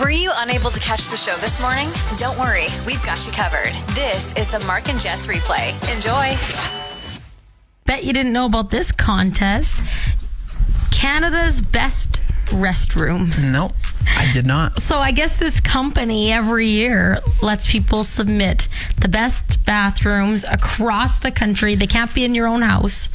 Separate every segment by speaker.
Speaker 1: Were you unable to catch the show this morning? Don't worry, we've got you covered. This is the Mark and Jess replay. Enjoy.
Speaker 2: Bet you didn't know about this contest. Canada's best restroom.
Speaker 3: No, I did not.
Speaker 2: So I guess this company every year lets people submit the best bathrooms across the country. They can't be in your own house.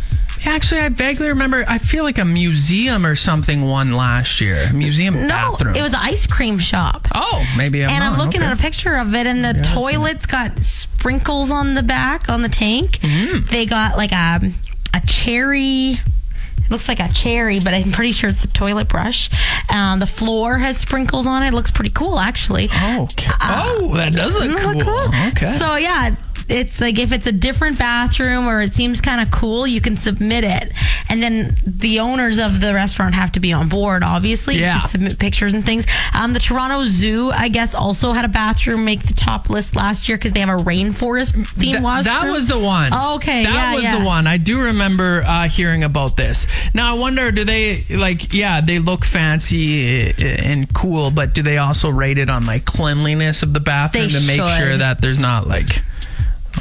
Speaker 3: Actually, I vaguely remember. I feel like a museum or something won last year. Museum
Speaker 2: No,
Speaker 3: bathroom.
Speaker 2: it was an ice cream shop.
Speaker 3: Oh, maybe I'm
Speaker 2: and I'm
Speaker 3: wrong.
Speaker 2: looking
Speaker 3: Okay.
Speaker 2: at a picture of it, and the toilet's got sprinkles on the back on the tank.
Speaker 3: Mm-hmm.
Speaker 2: They got like a a cherry. It looks like a cherry, but I'm pretty sure it's the toilet brush. Um, the floor has sprinkles on it. It looks pretty cool, actually. Uh,
Speaker 3: Oh, okay. oh, that does look
Speaker 2: Doesn't
Speaker 3: cool.
Speaker 2: it Mm, look cool?
Speaker 3: Okay.
Speaker 2: So yeah, it's like if it's a different bathroom or it seems kind of cool, you can submit it, and then the owners of the restaurant have to be on board. Obviously, You
Speaker 3: Yeah.
Speaker 2: can submit pictures and things. Um, the Toronto Zoo, I guess, also had a bathroom make the top list last year because they have a rainforest theme.
Speaker 3: Th- that was the one.
Speaker 2: Oh, okay,
Speaker 3: that
Speaker 2: yeah,
Speaker 3: was
Speaker 2: yeah.
Speaker 3: the one. I do remember uh, hearing about this. Now I wonder, do they like? Yeah, they look fancy uh, and cool, but do they also rate it on like cleanliness of the bathroom
Speaker 2: They
Speaker 3: to make sure
Speaker 2: should.
Speaker 3: that there's not like,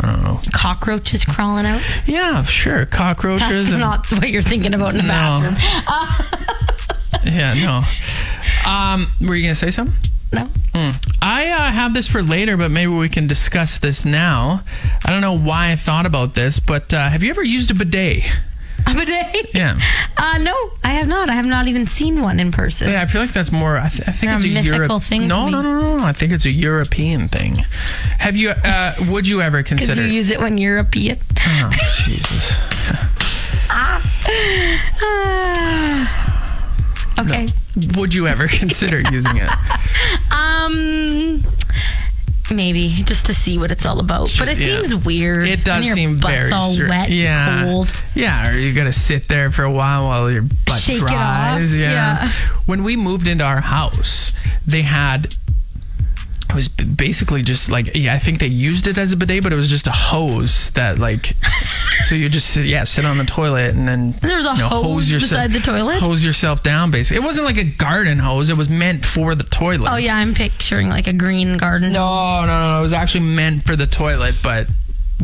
Speaker 3: I don't know.
Speaker 2: Cockroaches crawling out.
Speaker 3: Yeah, sure, cockroaches
Speaker 2: That's
Speaker 3: and
Speaker 2: not what you're thinking about in a
Speaker 3: No.
Speaker 2: bathroom. Oh.
Speaker 3: yeah, no. Um, were you gonna say something?
Speaker 2: No.
Speaker 3: I uh, have this for later, but maybe we can discuss this now. I don't know why I thought about this, but uh, have you ever used a bidet?
Speaker 2: A bidet?
Speaker 3: Yeah.
Speaker 2: Uh, no, I have not. I have not even seen one in person.
Speaker 3: Yeah, I feel like that's more. I, th- I think
Speaker 2: They're
Speaker 3: it's
Speaker 2: a
Speaker 3: a,
Speaker 2: mythical
Speaker 3: Europe-
Speaker 2: thing to
Speaker 3: No,
Speaker 2: me.
Speaker 3: no, no, no, no. I think it's a European thing. Have you? Uh, would you ever
Speaker 2: Because
Speaker 3: consider?
Speaker 2: you use it when you're a pee.
Speaker 3: oh, Jesus.
Speaker 2: Ah. okay.
Speaker 3: Would you ever consider using it?
Speaker 2: Um, maybe just to see what it's all about. But it
Speaker 3: Yeah.
Speaker 2: seems weird.
Speaker 3: It
Speaker 2: when
Speaker 3: does
Speaker 2: your
Speaker 3: seem
Speaker 2: butt's
Speaker 3: very
Speaker 2: all
Speaker 3: str-
Speaker 2: wet, and
Speaker 3: yeah,
Speaker 2: cold.
Speaker 3: yeah. Or you gotta sit there for a while while your butt
Speaker 2: Shake it off,
Speaker 3: dries. Yeah.
Speaker 2: yeah.
Speaker 3: When we moved into our house, they had. It was b- basically just like yeah, I think they used it as a bidet, but it was just a hose that like, so you just sit, yeah sit on the toilet and then
Speaker 2: There was a
Speaker 3: you know,
Speaker 2: hose beside the toilet?
Speaker 3: hose yourself down basically. It wasn't like a garden hose; it was meant for the toilet.
Speaker 2: Oh yeah, I'm picturing like a green garden.
Speaker 3: No, no, no, no. It was actually meant for the toilet, but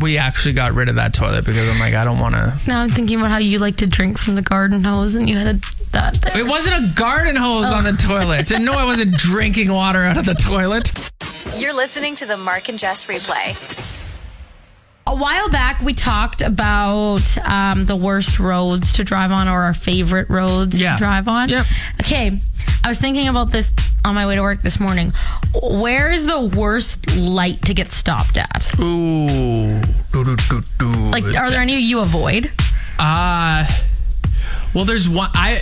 Speaker 3: we actually got rid of that toilet because I'm like, I don't want to.
Speaker 2: Now I'm thinking about how you like to drink from the garden hose, and you had a, that. there.
Speaker 3: It wasn't a garden hose on the toilet. And no, I wasn't drinking water out of the toilet.
Speaker 1: You're listening to the Mark and Jess replay.
Speaker 2: A while back, we talked about um, the worst roads to drive on or our favorite roads
Speaker 3: Yeah.
Speaker 2: to drive on.
Speaker 3: Yep.
Speaker 2: Okay. I was thinking about this on my way to work this morning. Where is the worst light to get stopped at?
Speaker 3: Ooh. Do, do, do, do.
Speaker 2: Like, are there any you avoid?
Speaker 3: Uh, well, there's one. I.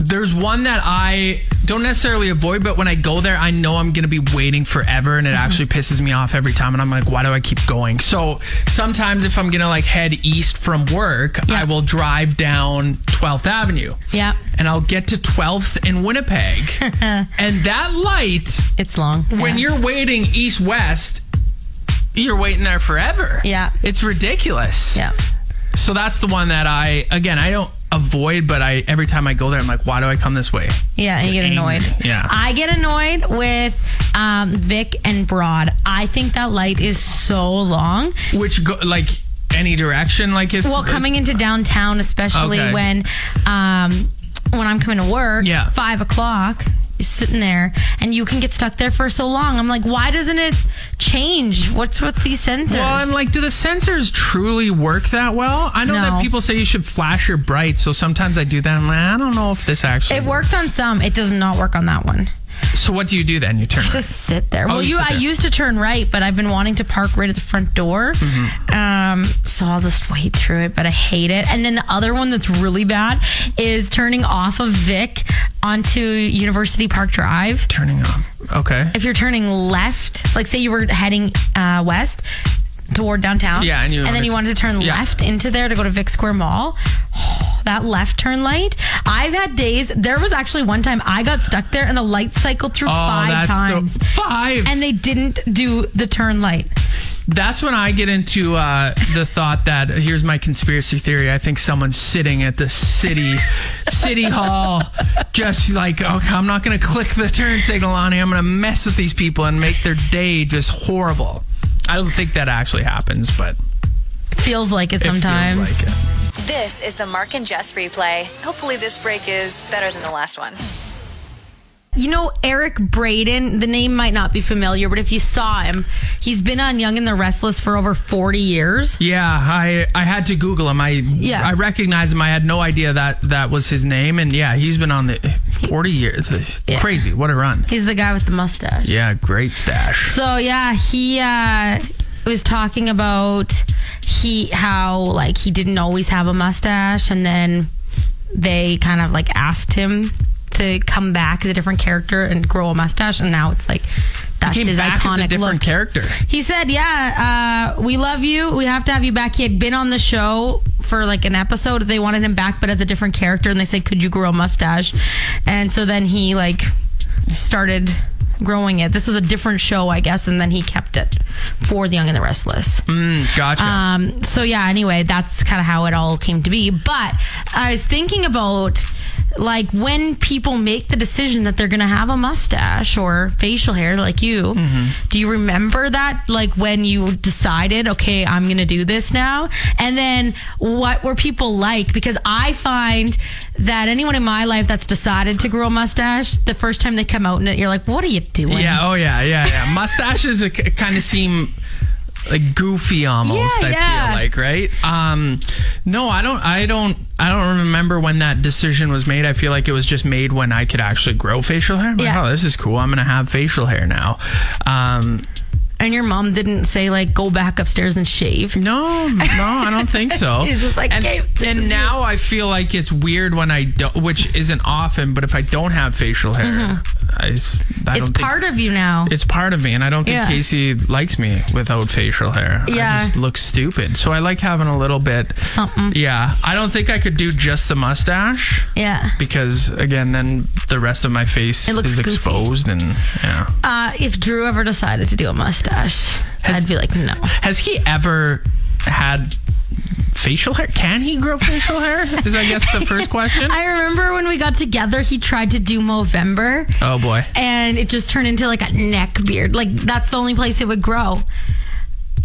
Speaker 3: There's one that I don't necessarily avoid, but when I go there, I know I'm going to be waiting forever and it
Speaker 2: Mm-hmm.
Speaker 3: actually pisses me off every time. And I'm like, why do I keep going? So sometimes if I'm going to like head east from work,
Speaker 2: Yeah.
Speaker 3: I will drive down 12th Avenue.
Speaker 2: Yeah.
Speaker 3: And I'll get to 12th in Winnipeg. and that light,
Speaker 2: It's long.
Speaker 3: when
Speaker 2: Yeah.
Speaker 3: you're waiting east west, you're waiting there forever.
Speaker 2: Yeah.
Speaker 3: It's ridiculous.
Speaker 2: yeah.
Speaker 3: So that's the one that I again I don't avoid, but I every time I go there I'm like, why do I come this way?
Speaker 2: Yeah, and you get
Speaker 3: Get
Speaker 2: annoyed.
Speaker 3: angry. Yeah.
Speaker 2: I get annoyed with um, Vic and Broad. I think that light is so long.
Speaker 3: Which go like any direction, like it's
Speaker 2: Well, coming into downtown, especially
Speaker 3: Okay.
Speaker 2: when um, when I'm coming to work,
Speaker 3: Yeah.
Speaker 2: five o'clock, you're sitting there, and you can get stuck there for so long. I'm like, why doesn't it change? What's with these sensors?
Speaker 3: Well, I'm like, do the sensors truly work that well? I know
Speaker 2: No.
Speaker 3: that people say you should flash your bright, so sometimes I do that. I'm like, I don't know if this actually.
Speaker 2: it works on some. It does not work on that one.
Speaker 3: So what do you do then? You turn.
Speaker 2: Just sit there. Well,
Speaker 3: Oh, you
Speaker 2: you,
Speaker 3: sit
Speaker 2: I
Speaker 3: there.
Speaker 2: used to turn right, but I've been wanting to park right at the front door.
Speaker 3: Mm-hmm.
Speaker 2: Um, so I'll just wait through it, but I hate it. And then the other one that's really bad is turning off of Vic onto University Park Drive.
Speaker 3: turning on. Okay.
Speaker 2: if you're turning left, like say you were heading uh, west toward downtown,
Speaker 3: Yeah, and you
Speaker 2: then
Speaker 3: wanted
Speaker 2: you
Speaker 3: to-
Speaker 2: wanted to turn
Speaker 3: yeah.
Speaker 2: left into there to go to Vic Square Mall. that left turn light. I've had days. There was actually one time I got stuck there, and the light cycled through
Speaker 3: Oh,
Speaker 2: five
Speaker 3: that's
Speaker 2: times,
Speaker 3: the five.
Speaker 2: and they didn't do the turn light.
Speaker 3: That's when I get into uh, the thought that here's my conspiracy theory. I think someone's sitting at the city city hall, just like, okay, I'm not going to click the turn signal on here. I'm going to mess with these people and make their day just horrible. I don't think that actually happens, but
Speaker 2: Feels like it
Speaker 3: it
Speaker 2: sometimes.
Speaker 3: feels like it.
Speaker 1: This is the Mark and Jess replay. Hopefully, this break is better than the last one.
Speaker 2: You know, Eric Braden, the name might not be familiar, but if you saw him, he's been on Young and the Restless for over 40 years.
Speaker 3: Yeah, I I had to Google him. I
Speaker 2: Yeah.
Speaker 3: I recognized him. I had no idea that that was his name. And yeah, he's been on the 40 years. Crazy. What a run.
Speaker 2: He's the guy with the mustache.
Speaker 3: Yeah, great stash.
Speaker 2: So yeah, he uh, was talking about he how like he didn't always have a mustache, and then they kind of like asked him to come back as a different character and grow a mustache, and now it's like that's
Speaker 3: Came
Speaker 2: his
Speaker 3: back
Speaker 2: iconic
Speaker 3: as a different
Speaker 2: look.
Speaker 3: character.
Speaker 2: He said, "Yeah, uh, we love you. We have to have you back." He had been on the show for like an episode. They wanted him back, but as a different character, and they said, "Could you grow a mustache?" And so then he like started growing it. This was a different show, I guess, and then he kept it for The Young and the Restless.
Speaker 3: Mm, Gotcha.
Speaker 2: Um, so yeah, anyway, that's kind of how it all came to be. But I was thinking about like when people make the decision that they're going to have a mustache or facial hair like you,
Speaker 3: Mm-hmm.
Speaker 2: do you remember that? Like when you decided, okay, I'm going to do this now. And then what were people like? Because I find that anyone in my life that's decided to grow a mustache, the first time they come out in it, you're like, what are you doing?
Speaker 3: yeah. Oh yeah. Yeah. Yeah. Mustaches kind of seem like goofy almost.
Speaker 2: Yeah,
Speaker 3: I
Speaker 2: yeah.
Speaker 3: feel like right. Um, no, I don't. I don't. I don't remember when that decision was made. I feel like it was just made when I could actually grow facial hair. I'm like,
Speaker 2: Yeah.
Speaker 3: oh, this is cool. I'm gonna have facial hair now. Um,
Speaker 2: And your mom didn't say like, go back upstairs and shave.
Speaker 3: No, no, I don't think so.
Speaker 2: She's just like,
Speaker 3: and,
Speaker 2: "Okay, this
Speaker 3: and
Speaker 2: is
Speaker 3: now I feel like it's weird when I don't, which isn't often, but if I don't have facial hair, I, I
Speaker 2: Mm-hmm. It's
Speaker 3: don't think-
Speaker 2: part of you now.
Speaker 3: It's part of me, and I don't think
Speaker 2: Yeah.
Speaker 3: Casey likes me without facial hair.
Speaker 2: Yeah.
Speaker 3: I just look stupid. So I like having a little bit.
Speaker 2: Something.
Speaker 3: Yeah, I don't think I could do just the mustache
Speaker 2: Yeah.
Speaker 3: because again, then the rest of my face
Speaker 2: It looks
Speaker 3: is
Speaker 2: goofy.
Speaker 3: exposed, and yeah.
Speaker 2: Uh, if Drew ever decided to do a mustache,
Speaker 3: Has-
Speaker 2: I'd be like, no.
Speaker 3: Has he ever had facial hair? Can he grow facial hair? Is I guess the first question.
Speaker 2: I remember when we got together, he tried to do Movember,
Speaker 3: oh boy.
Speaker 2: and it just turned into like a neck beard. Like that's the only place it would grow.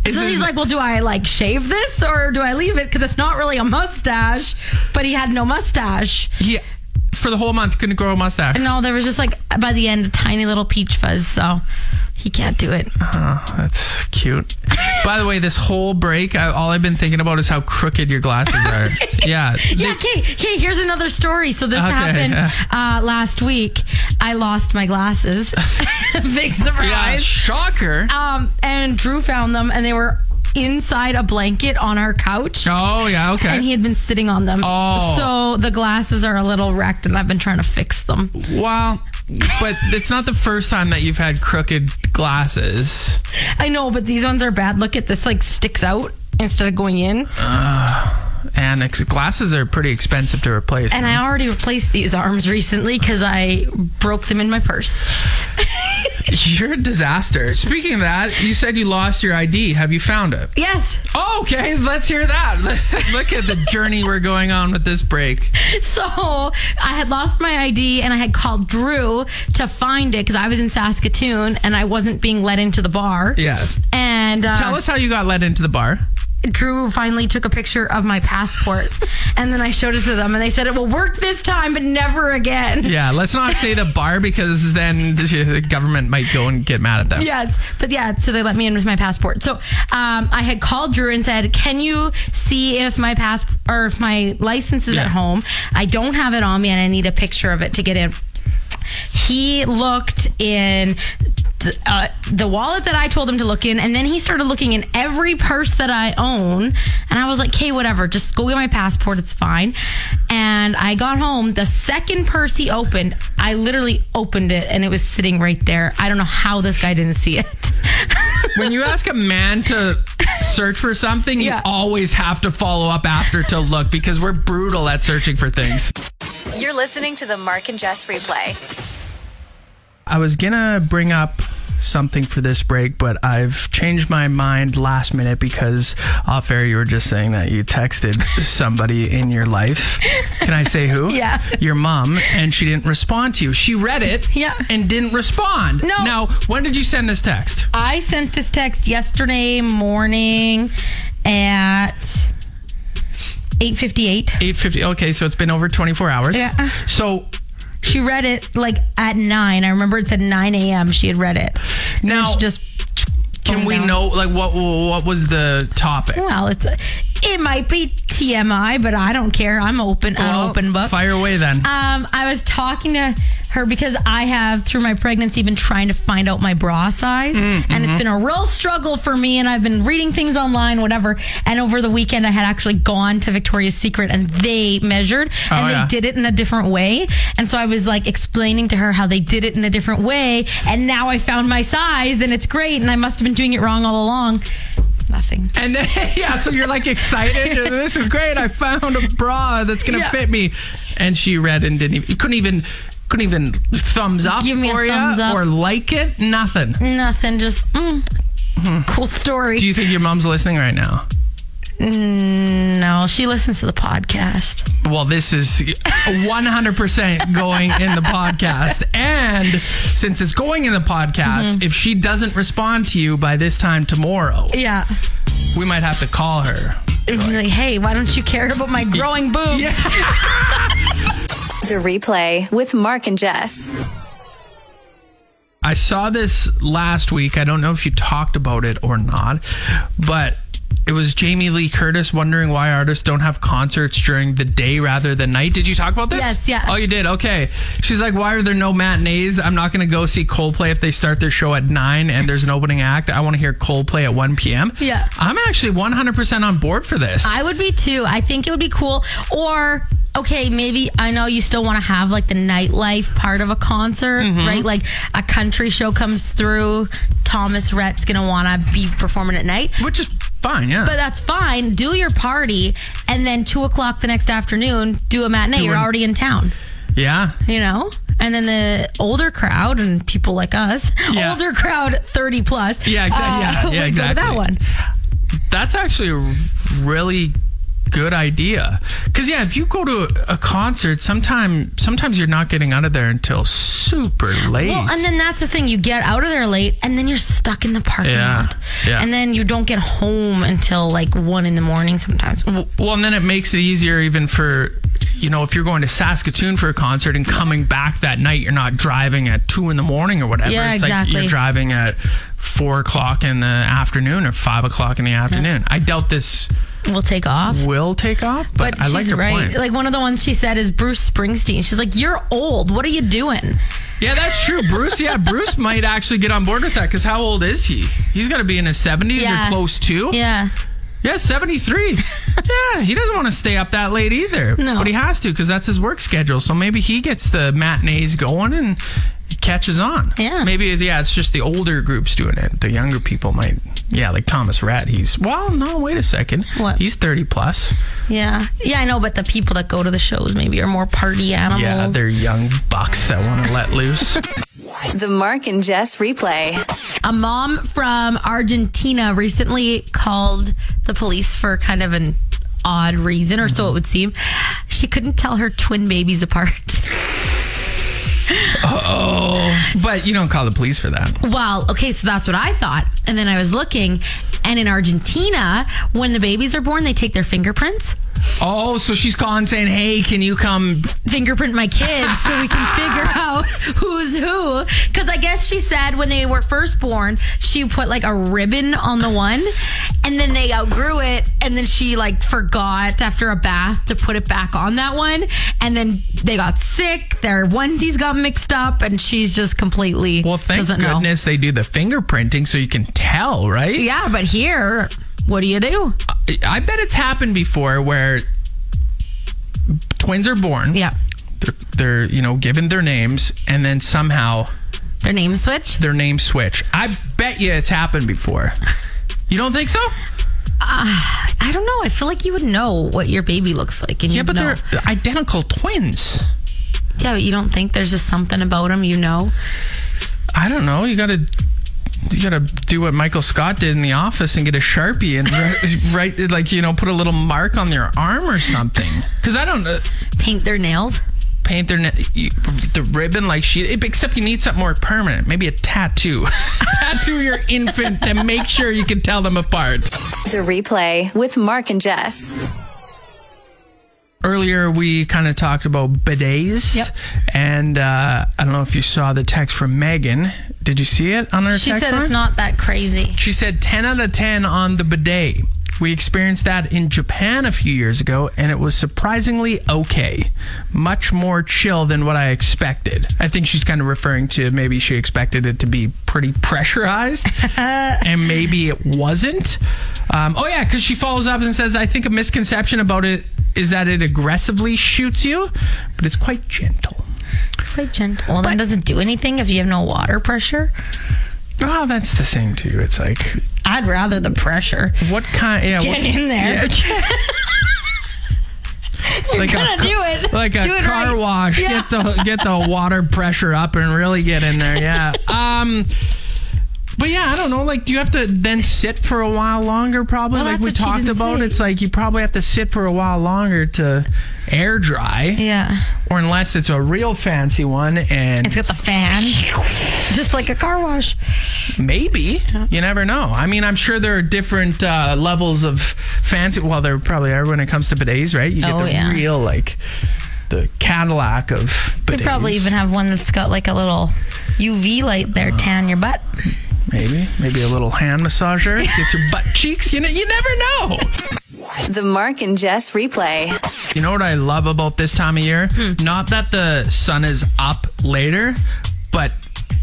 Speaker 2: so
Speaker 3: Isn't-
Speaker 2: he's like, well, do I like shave this or do I leave it? Because it's not really a mustache, but he had no mustache.
Speaker 3: He for the whole month couldn't grow a mustache.
Speaker 2: No, there was just like by the end a tiny little peach fuzz. So he can't do it.
Speaker 3: Oh, That's cute. By the way, this whole break, I, all I've been thinking about is how crooked your glasses are. Yeah.
Speaker 2: Yeah, okay, okay, here's another story. So this
Speaker 3: Okay,
Speaker 2: happened
Speaker 3: yeah.
Speaker 2: uh, last week. I lost my glasses. Big
Speaker 3: They- yeah.
Speaker 2: surprise.
Speaker 3: Shocker.
Speaker 2: Um, and Drew found them, and they were inside a blanket on our couch.
Speaker 3: Oh yeah.
Speaker 2: And he
Speaker 3: Okay.
Speaker 2: had been sitting on them.
Speaker 3: Oh.
Speaker 2: So the glasses are a little wrecked, and I've been trying to fix them.
Speaker 3: Well, but it's not the first time that you've had crooked glasses.
Speaker 2: I know, but these ones are bad. Look at this, like, sticks out instead of going in.
Speaker 3: And ex- glasses are pretty expensive to replace.
Speaker 2: And I already replaced these arms recently because I broke them in my purse.
Speaker 3: You're a disaster. Speaking of that, you said you lost your ID. Have you found it?
Speaker 2: Yes.
Speaker 3: Oh, okay, let's hear that. Look at the journey we're going on with this break.
Speaker 2: So I had lost my ID and I had called Drew to find it because I was in Saskatoon and I wasn't being let into the bar.
Speaker 3: Yeah.
Speaker 2: And uh,
Speaker 3: Tell us how you got let into the bar.
Speaker 2: Drew finally took a picture of my passport and then I showed it to them and they said it will work this time but never again.
Speaker 3: Yeah, let's not say the bar because then the government might go and get mad at them.
Speaker 2: Yes, but yeah, so they let me in with my passport. So um, I had called Drew and said, "Can you see if my pass or if my license is
Speaker 3: Yeah.
Speaker 2: at home? I don't have it on me, and I need a picture of it to get in." He looked in. th- Uh, the wallet that I told him to look in, and then he started looking in every purse that I own, and I was like, "Okay, whatever, just go get my passport, it's fine." And I got home. The second purse he opened, I literally opened it, and it was sitting right there. I don't know how this guy didn't see it.
Speaker 3: When you ask a man to search for something,
Speaker 2: Yeah.
Speaker 3: you always have to follow up after to look because we're brutal at searching for things.
Speaker 1: You're listening to the Mark and Jess replay.
Speaker 3: I was gonna bring up something for this break, but I've changed my mind last minute because off air you were just saying that you texted somebody in your life. Can I say who?
Speaker 2: Yeah.
Speaker 3: Your mom, and she didn't respond to you. She read it
Speaker 2: Yeah.
Speaker 3: and didn't respond.
Speaker 2: No.
Speaker 3: Now, when did you send this text?
Speaker 2: I sent this text yesterday morning at 8:58.
Speaker 3: 8:50. Okay, so it's been over 24 hours.
Speaker 2: Yeah.
Speaker 3: So
Speaker 2: She read it like at 9. I remember it said 9 a.m. She had read it. And then
Speaker 3: Now-
Speaker 2: she just
Speaker 3: can
Speaker 2: phoned
Speaker 3: we
Speaker 2: out.
Speaker 3: know like what what was the topic?
Speaker 2: Well, it's it might be TMI, but I don't care. I'm open. I'm
Speaker 3: Well,
Speaker 2: open book.
Speaker 3: Fire away then.
Speaker 2: Um, I was talking to her because I have, through my pregnancy, been trying to find out my bra
Speaker 3: Mm,
Speaker 2: size. And
Speaker 3: mm-hmm.
Speaker 2: it's been a real struggle for me. And I've been reading things online, whatever. And over the weekend, I had actually gone to Victoria's Secret and they measured and
Speaker 3: Oh,
Speaker 2: they
Speaker 3: yeah.
Speaker 2: did it in a different way. And so I was like explaining to her how they did it in a different way. And now I found my size and it's great. And I must have been doing it wrong all along. Nothing.
Speaker 3: And then, yeah, so you're like excited. this is great. I found a bra that's gonna
Speaker 2: Yeah.
Speaker 3: fit me. And she read and didn't even couldn't even couldn't even thumbs up
Speaker 2: Give me a
Speaker 3: for ya
Speaker 2: thumbs up.
Speaker 3: or like it. Nothing.
Speaker 2: Nothing. Just mm, cool story.
Speaker 3: Hmm. Do you think your mom's listening right now?
Speaker 2: Mm, no, she listens to the podcast.
Speaker 3: Well, this is 100% going in the podcast. And since it's going in the podcast,
Speaker 2: Mm-hmm.
Speaker 3: if she doesn't respond to you by this time tomorrow,
Speaker 2: Yeah.
Speaker 3: we might have to call her.
Speaker 2: And he's like, hey, why don't you care about my growing boobs?
Speaker 1: The replay with Mark and Jess.
Speaker 3: I saw this last week. I don't know if you talked about it or not, but it was Jamie Lee Curtis wondering why artists don't have concerts during the day rather than night. Did you talk about this?
Speaker 2: Yes, yeah.
Speaker 3: Oh, you did? Okay. She's like, why are there no matinees? I'm not going to go see Coldplay if they start their show at 9 and there's an opening act. I want to hear Coldplay at 1 p.m.
Speaker 2: Yeah.
Speaker 3: I'm actually 100% on board for this.
Speaker 2: I would be too. I think it would be cool. Or, okay, maybe I know you still want to have like the nightlife part of a concert,
Speaker 3: Mm-hmm.
Speaker 2: right? Like a country show comes through, Thomas Rhett's going to want to be performing at night.
Speaker 3: Which is fine, yeah.
Speaker 2: But that's fine. Do your party. And then two o'clock the next afternoon, do a matinee. You're
Speaker 3: an-
Speaker 2: already in town.
Speaker 3: yeah.
Speaker 2: you know and then the older crowd and people like us
Speaker 3: Yeah.
Speaker 2: older crowd 30 plus uh,
Speaker 3: Yeah, exa- yeah, yeah,
Speaker 2: would
Speaker 3: exactly.
Speaker 2: go to that one
Speaker 3: That's actually a really good idea. Cause yeah, if you go to a concert, sometime sometimes you're not getting out of there until super late.
Speaker 2: well and then that's the thing you get out of there late and then you're stuck in the parking
Speaker 3: Yeah,
Speaker 2: lot
Speaker 3: yeah.
Speaker 2: and then you don't get home until like one in the morning sometimes
Speaker 3: W- well, and then it makes it easier even for you know if you're going to Saskatoon for a concert and coming back that night, you're not driving at two in the morning or whatever.
Speaker 2: Yeah,
Speaker 3: it's like
Speaker 2: exactly.
Speaker 3: you're driving at four o'clock in the afternoon or five o'clock in the afternoon. I doubt this
Speaker 2: we'll take off
Speaker 3: will take off, but,
Speaker 2: but
Speaker 3: I
Speaker 2: she's
Speaker 3: like your
Speaker 2: right
Speaker 3: point.
Speaker 2: like one of the ones she said is bruce springsteen she's like you're old what are you doing
Speaker 3: Yeah, that's true. Bruce, yeah, Bruce might actually get on board with that because how old is he? He's got to be in his 70s
Speaker 2: Yeah.
Speaker 3: or close to.
Speaker 2: yeah
Speaker 3: Yeah, 73. yeah, he doesn't want to stay up that late either.
Speaker 2: No.
Speaker 3: But he has to because that's his work schedule. So maybe he gets the matinees going and he catches on.
Speaker 2: Yeah.
Speaker 3: Maybe, it's- yeah, it's just the older groups doing it. The younger people might, yeah, like Thomas Rat. He's, well, no, wait a second.
Speaker 2: What?
Speaker 3: He's 30 plus.
Speaker 2: yeah yeah i know but the people that go to the shows maybe are more party animals
Speaker 3: Yeah, they're young bucks that want to let loose.
Speaker 1: The Mark and Jess replay.
Speaker 2: A mom from Argentina recently called the police for kind of an odd reason, or so it would seem. She couldn't tell her twin babies apart.
Speaker 3: but you don't call the police for that.
Speaker 2: well, okay, so that's what I thought. And then I was looking, and in Argentina, when the babies are born, they take their fingerprints.
Speaker 3: Oh, so she's calling saying, "Hey, can you come?"
Speaker 2: fingerprint my kids so we can figure out who's who. Because I guess she said when they were first born, she put like a ribbon on the one, and then they outgrew it, and then she like forgot after a bath to put it back on that one, and then they got sick. Their onesies got mixed up, and she's just completely
Speaker 3: Well, thank
Speaker 2: doesn't know.
Speaker 3: goodness they do the fingerprinting so you can tell, right?
Speaker 2: Yeah, but here, what do you do?
Speaker 3: I bet it's happened before where twins are born.
Speaker 2: Yeah,
Speaker 3: They're, they're you know given their names and then somehow
Speaker 2: their name switch.
Speaker 3: their names switch. I bet you it's happened before. You don't think so?
Speaker 2: I don't know. I feel like you would know what your baby looks like. And
Speaker 3: Yeah,
Speaker 2: you'd
Speaker 3: but
Speaker 2: know.
Speaker 3: they're identical twins.
Speaker 2: Yeah, but you don't think there's just something about him, you know?
Speaker 3: I don't know. You got to you gotta do what Michael Scott did in the office and get a sharpie and write, write like you know put a little mark on their arm or something. Because I don't uh,
Speaker 2: Paint their nails.
Speaker 3: paint their ne- you- the ribbon like she. e, Except you need something more permanent. Maybe a tattoo. tattoo your infant to make sure you can tell them apart.
Speaker 1: The replay with Mark and Jess.
Speaker 3: Earlier, we kind of talked about bidets.
Speaker 2: Yep.
Speaker 3: And uh, I don't know if you saw the text from Megan. Did you see it on her
Speaker 2: She
Speaker 3: text
Speaker 2: said
Speaker 3: line?
Speaker 2: it's not that crazy.
Speaker 3: She said 10 out of 10 on the bidet. We experienced that in Japan a few years ago, and it was surprisingly okay. Much more chill than what I expected. I think she's kind of referring to maybe she expected it to be pretty pressurized, and maybe it wasn't. Um, oh, yeah, because she follows up and says, I think a misconception about it is that it aggressively shoots you, but it's quite gentle.
Speaker 2: Quite gentle. Well, that doesn't do anything if you have no water pressure.
Speaker 3: Oh, that's the thing, too. It's like,
Speaker 2: I'd rather the pressure.
Speaker 3: what kind? Yeah,
Speaker 2: Get
Speaker 3: what-
Speaker 2: in there.
Speaker 3: like
Speaker 2: gonna do it.
Speaker 3: Like a
Speaker 2: Do it
Speaker 3: car
Speaker 2: right.
Speaker 3: wash.
Speaker 2: Yeah.
Speaker 3: Get the get the water pressure up and really get in there. Yeah. Um. But yeah, I don't know. Like, do you have to then sit for a while longer? Probably,
Speaker 2: Well,
Speaker 3: like
Speaker 2: that's
Speaker 3: we
Speaker 2: what she
Speaker 3: talked
Speaker 2: didn't
Speaker 3: about.
Speaker 2: say.
Speaker 3: It's like you probably have to sit for a while longer to air dry,
Speaker 2: Yeah.
Speaker 3: or unless it's a real fancy one, and
Speaker 2: It's got the fan. Just like a car wash.
Speaker 3: maybe you never know. I mean, I'm sure there are different uh, levels of fancy. Well, there probably are when it comes to bidets, right? You get
Speaker 2: Oh,
Speaker 3: the
Speaker 2: yeah.
Speaker 3: real like the Cadillac of bidets.
Speaker 2: Could probably even have one that's got like a little UV light there, tan your butt.
Speaker 3: Maybe, maybe a little hand massager gets your butt cheeks. You know, you never know.
Speaker 1: The Mark and Jess replay.
Speaker 3: You know what I love about this time of year?
Speaker 2: Hmm.
Speaker 3: Not that the sun is up later, but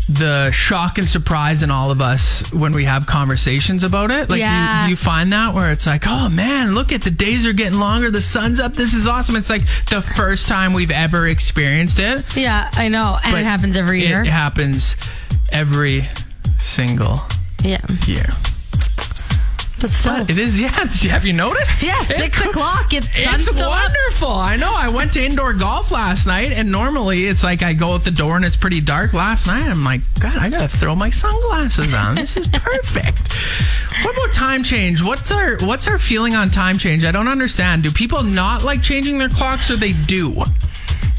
Speaker 3: the shock and surprise in all of us when we have conversations about it. Like, do you-
Speaker 2: Yeah.
Speaker 3: do, you, find that where it's like, oh man, look at the days are getting longer, the sun's up, this is awesome. It's like the first time we've ever experienced it.
Speaker 2: Yeah, I know. And
Speaker 3: but
Speaker 2: it happens every year.
Speaker 3: It happens every single
Speaker 2: yeah.
Speaker 3: year.
Speaker 2: But still.
Speaker 3: It is, yeah. Have you noticed?
Speaker 2: Yeah,
Speaker 3: It
Speaker 2: six o'clock. Oh. It's, sun's
Speaker 3: It's
Speaker 2: still up.
Speaker 3: wonderful. I know. I went to indoor golf last night, and normally it's like I go out the door and it's pretty dark. Last night, I'm like, God, I gotta throw my sunglasses on. This is perfect. what about time change? What's our What's our feeling on time change? I don't understand. Do people not like changing their clocks, or they do?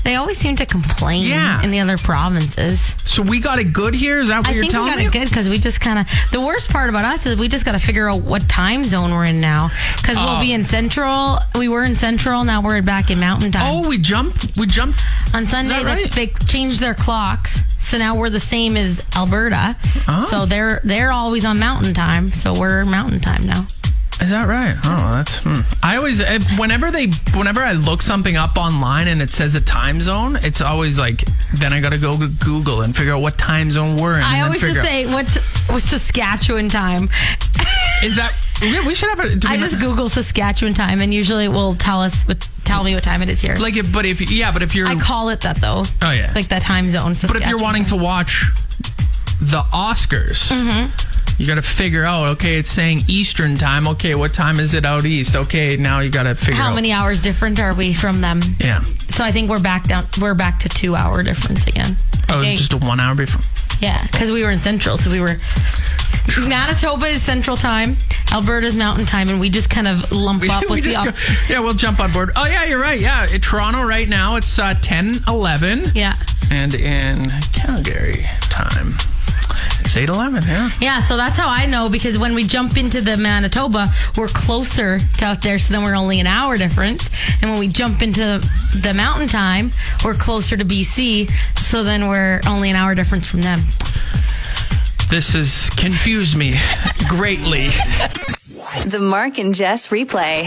Speaker 2: They always seem to complain
Speaker 3: Yeah.
Speaker 2: in the other provinces.
Speaker 3: So we got it good here. Is that what
Speaker 2: I
Speaker 3: you're
Speaker 2: think we
Speaker 3: telling
Speaker 2: got
Speaker 3: me?
Speaker 2: it good because we just kind of. The worst part about us is we just got to figure out what time zone we're in now because
Speaker 3: Oh.
Speaker 2: we'll be in Central. We were in Central. Now we're back in Mountain Time.
Speaker 3: Oh, we jump. We jump.
Speaker 2: On Sunday,
Speaker 3: Is that right?
Speaker 2: they, they changed their clocks, so now we're the same as Alberta.
Speaker 3: Oh.
Speaker 2: So they're they're always on Mountain Time, so we're Mountain Time now.
Speaker 3: Is that right? Oh, that's. Hmm. I always, I- whenever they, whenever I look something up online and it says a time zone, it's always like, then I gotta go to Google and figure out what time zone we're in. and
Speaker 2: I
Speaker 3: then
Speaker 2: always just
Speaker 3: figure out-
Speaker 2: say what's what's Saskatchewan time.
Speaker 3: is that? Yeah, we should have a. Do we
Speaker 2: I
Speaker 3: not-
Speaker 2: just Google Saskatchewan time, and usually it will tell us what tell me what time it is here.
Speaker 3: like, if, but if yeah, but if you're,
Speaker 2: I call it that though.
Speaker 3: Oh, yeah.
Speaker 2: like that time zone.
Speaker 3: but if you're wanting to watch the Oscars.
Speaker 2: Mm-hmm.
Speaker 3: You got to figure out, okay, it's saying Eastern time. Okay, what time is it out east? Okay, now you got to figure
Speaker 2: how
Speaker 3: out.
Speaker 2: many hours different are we from them?
Speaker 3: Yeah.
Speaker 2: So I think we're back down. We're back to two hour difference again. I
Speaker 3: Oh,
Speaker 2: think.
Speaker 3: just a one hour before.
Speaker 2: Yeah, because we were in Central, so we were. Manitoba is Central Time, Alberta's Mountain Time, and we just kind of lump up
Speaker 3: We
Speaker 2: with the.
Speaker 3: just
Speaker 2: Op-
Speaker 3: go- yeah, we'll jump on board. Oh, yeah, you're right. Yeah, in Toronto right now, it's uh, 10 11.
Speaker 2: yeah,
Speaker 3: And in Calgary time, it's 8 11. Yeah.
Speaker 2: yeah. So that's how I know because when we jump into the Manitoba, we're closer to out there, so then we're only an hour difference. And when we jump into the Mountain Time, we're closer to BC, so then we're only an hour difference from them.
Speaker 3: This has confused me greatly.
Speaker 1: The Mark and Jess replay.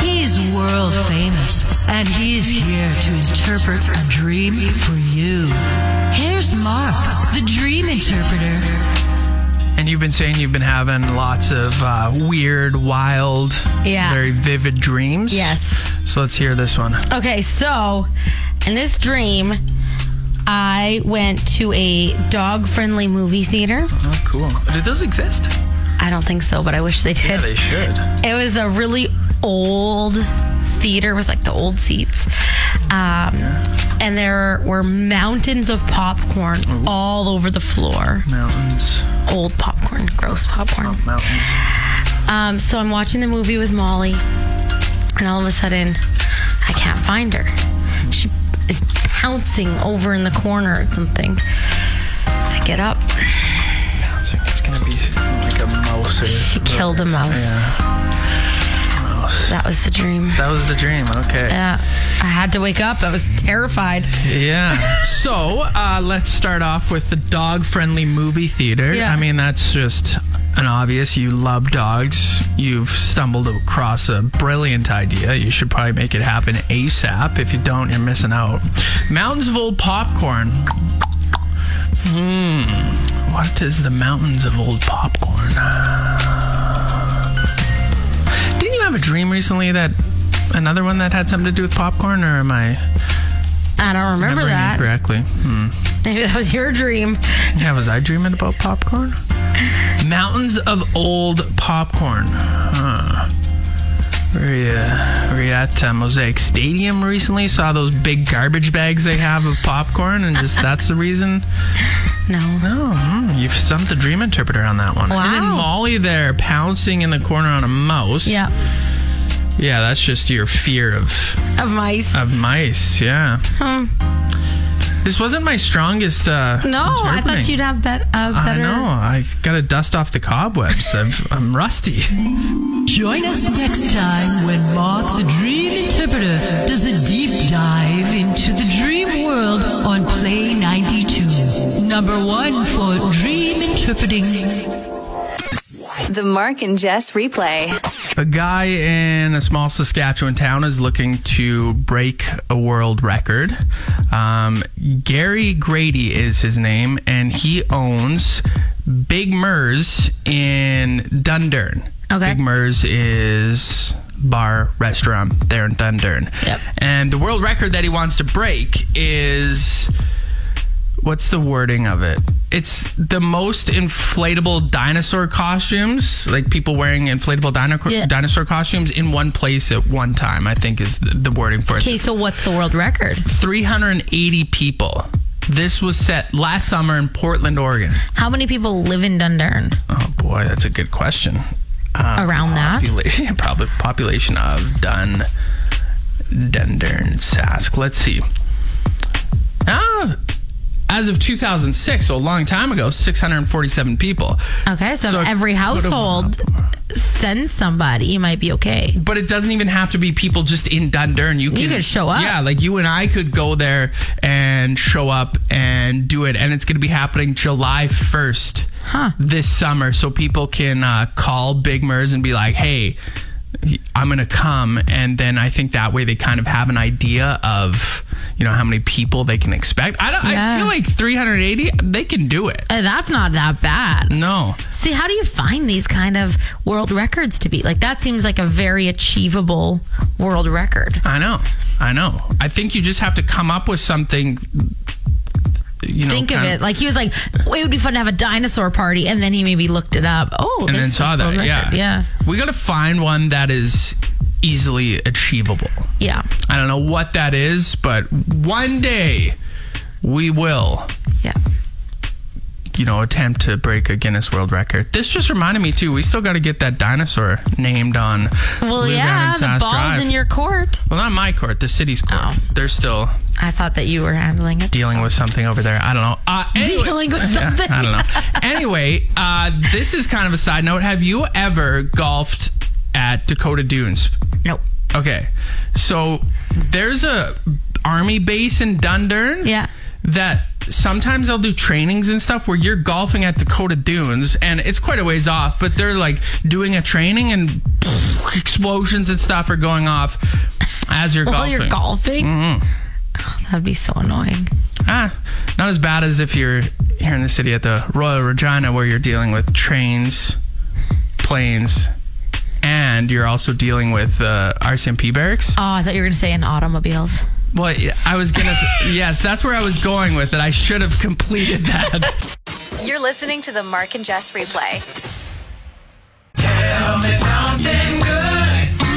Speaker 4: He's world famous, and he's here to interpret a dream for you. Here's Mark, the dream interpreter.
Speaker 3: And you've been saying you've been having lots of uh, weird, wild,
Speaker 2: Yeah.
Speaker 3: very vivid dreams.
Speaker 2: Yes.
Speaker 3: So let's hear this one.
Speaker 2: Okay, so in this dream, I went to a dog friendly movie theater.
Speaker 3: Oh, cool. Did those exist?
Speaker 2: I don't think so, but I wish they did.
Speaker 3: Yeah, they should.
Speaker 2: it was a really old theater with like the old seats. Um, And there were mountains of popcorn all over the floor.
Speaker 3: Mountains.
Speaker 2: Old popcorn, gross popcorn.
Speaker 3: Mountains.
Speaker 2: Um, so I'm watching the movie with Molly, and all of a sudden, I can't find her. She is pouncing over in the corner or something. I get up.
Speaker 3: Mountains. It's going to be like a mouse. Or
Speaker 2: She killed a mouse. That was the dream.
Speaker 3: That was the dream. Okay.
Speaker 2: Yeah, I had to wake up. I was terrified.
Speaker 3: Yeah. so uh, let's start off with the dog friendly movie theater.
Speaker 2: Yeah.
Speaker 3: I mean, that's just an obvious. You love dogs. You've stumbled across a brilliant idea. You should probably make it happen ASAP. If you don't, you're missing out. Mountains of Old Popcorn. Hmm. What is the Mountains of Old Popcorn? Uh, Didn't you have a dream recently that another one that had something to do with popcorn, or am I?
Speaker 2: I don't remember
Speaker 3: remembering it
Speaker 2: that.
Speaker 3: correctly. Hmm.
Speaker 2: Maybe that was your dream.
Speaker 3: Yeah, was I dreaming about popcorn? Mountains of old popcorn. Huh. We were, uh, we were at uh, Mosaic Stadium recently. Saw those big garbage bags they have of popcorn, and just that's the reason.
Speaker 2: No.
Speaker 3: No, hmm, you've stumped the dream interpreter on that one. And then
Speaker 2: Wow.
Speaker 3: Molly there pouncing in the corner on a mouse.
Speaker 2: Yeah.
Speaker 3: Yeah, that's just your fear of
Speaker 2: Of mice.
Speaker 3: of mice. Yeah.
Speaker 2: Hmm.
Speaker 3: This wasn't my strongest. Uh,
Speaker 2: no, I thought
Speaker 3: interpreting.
Speaker 2: you'd have bet- a
Speaker 3: I
Speaker 2: better.
Speaker 3: know. I got to dust off the cobwebs. I've, I'm rusty.
Speaker 4: Join us next time when Mark the Dream Interpreter does a deep dive into the dream world on Play 92. Number one for dream interpreting.
Speaker 1: The Mark and Jess replay.
Speaker 3: A guy in a small Saskatchewan town is looking to break a world record. Um, Gary Grady is his name, and he owns Big Mers in Dundurn.
Speaker 2: Okay.
Speaker 3: Big Mers is bar restaurant there in Dundurn.
Speaker 2: Yep.
Speaker 3: And the world record that he wants to break is what's the wording of it? It's the most inflatable dinosaur costumes, like people wearing inflatable dino-
Speaker 2: Yeah.
Speaker 3: dinosaur costumes in one place at one time, I think is the, the wording for it.
Speaker 2: Okay, so what's the world record?
Speaker 3: 380 people. This was set last summer in Portland, Oregon.
Speaker 2: How many people live in Dundurn
Speaker 3: Oh boy, that's a good question. Um,
Speaker 2: around that?
Speaker 3: popula- probably population of Dun Dundurn Sask. Let's see. Ah, as of 2006, so a long time ago, 647 people.
Speaker 2: Okay, so,
Speaker 3: So
Speaker 2: if
Speaker 3: it
Speaker 2: every
Speaker 3: could've
Speaker 2: household sends somebody, you might be okay.
Speaker 3: But it doesn't even have to be people just in Dundurn. You can
Speaker 2: could show up.
Speaker 3: Yeah, like you and I could go there and show up and do it. And it's going to be happening July 1st this summer. So people can uh, call Big Mers and be like, hey, I'm going to come. And then I think that way they kind of have an idea of. You know how many people they can expect. I don't.
Speaker 2: Yeah.
Speaker 3: I feel like 380. They can do it.
Speaker 2: Uh, that's not that bad.
Speaker 3: No,
Speaker 2: See, how do you find these kind of world records to be? Like, that seems like a very achievable world record.
Speaker 3: I know. I know. I think you just have to come up with something. You know,
Speaker 2: Think of
Speaker 3: kind
Speaker 2: it. Like, he was like, "Well, it would be fun to have a dinosaur party. And then he maybe looked it up. Oh,
Speaker 3: and
Speaker 2: this
Speaker 3: then
Speaker 2: is
Speaker 3: saw that.
Speaker 2: world
Speaker 3: Yeah,
Speaker 2: record. Yeah.
Speaker 3: We got to find one that is easily achievable.
Speaker 2: Yeah.
Speaker 3: I don't know what that is, but one day we will,
Speaker 2: Yeah.
Speaker 3: you know, attempt to break a Guinness World Record. This just reminded me too. We still got to get that dinosaur named on.
Speaker 2: Well,
Speaker 3: Lou
Speaker 2: yeah,
Speaker 3: Down and
Speaker 2: the
Speaker 3: Sass
Speaker 2: ball's
Speaker 3: Drive.
Speaker 2: in your court.
Speaker 3: Well, not my court, the city's court.
Speaker 2: Oh.
Speaker 3: They're still
Speaker 2: I thought that you were handling it.
Speaker 3: dealing with something over there. I don't know. Uh, anyway-
Speaker 2: Dealing with something.
Speaker 3: I don't know. anyway, uh, this is kind of a side note. Have you ever golfed at Dakota Dunes?
Speaker 2: Nope.
Speaker 3: Okay, so there's a army base in Dundurn.
Speaker 2: Yeah.
Speaker 3: That sometimes they'll do trainings and stuff where you're golfing at Dakota Dunes, and it's quite a ways off, but they're like doing a training and explosions and stuff are going off as you're
Speaker 2: While
Speaker 3: golfing. Mm-hmm.
Speaker 2: you're golfing? Oh, that'd be so annoying.
Speaker 3: Ah, not as bad as if you're here in the city at the Royal Regina, where you're dealing with trains, planes, and you're also dealing with uh, RCMP barracks.
Speaker 2: Oh, I thought you were going to say in automobiles.
Speaker 3: Well, I was gonna. yes, that's where I was going with it. I should have completed that.
Speaker 1: You're listening to the Mark and Jess replay.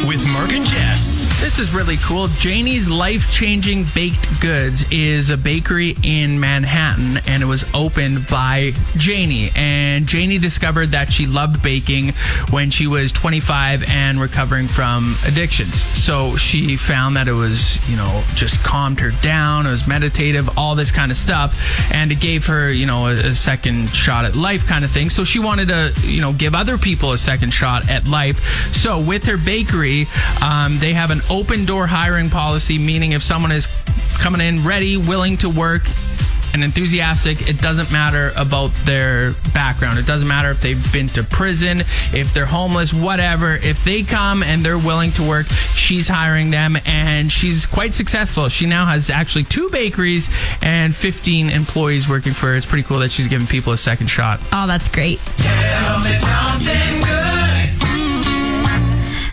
Speaker 5: With Mark and Jess.
Speaker 3: This is really cool. Janie's Life Changing Baked Goods is a bakery in Manhattan and it was opened by Janie. And Janie discovered that she loved baking when she was 25 and recovering from addictions. So she found that it was, you know, just calmed her down, it was meditative, all this kind of stuff. And it gave her, you know, a, a second shot at life kind of thing. So she wanted to, you know, give other people a second shot at life. So with her bakery, um, they have an open door hiring policy, meaning if someone is coming in ready, willing to work, and enthusiastic, it doesn't matter about their background. It doesn't matter if they've been to prison, if they're homeless, whatever. If they come and they're willing to work, she's hiring them and she's quite successful. She now has actually two bakeries and 15 employees working for her. It's pretty cool that she's giving people a second shot.
Speaker 2: Oh, that's great.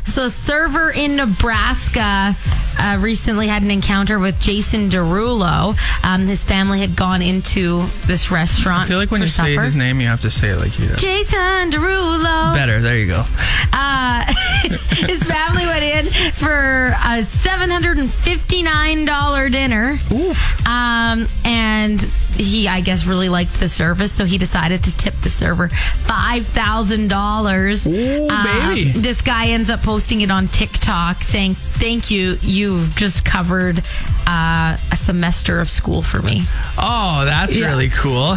Speaker 2: So, a server in Nebraska uh, recently had an encounter with Jason Derulo. Um, his family had gone into this restaurant.
Speaker 3: I feel like when
Speaker 2: for
Speaker 3: you say
Speaker 2: supper.
Speaker 3: his name, you have to say it like you do.
Speaker 2: Jason Derulo.
Speaker 3: Better. There you go.
Speaker 2: Uh, his family went in for a $759 dinner. Um, and he, I guess, really liked the service, so he decided to tip the server $5,000.
Speaker 3: Ooh,
Speaker 2: Uh,
Speaker 3: baby.
Speaker 2: This guy ends up posting it on TikTok saying, Thank you. You've just covered uh, a semester of school for me.
Speaker 3: Oh, that's
Speaker 2: Yeah.
Speaker 3: really cool.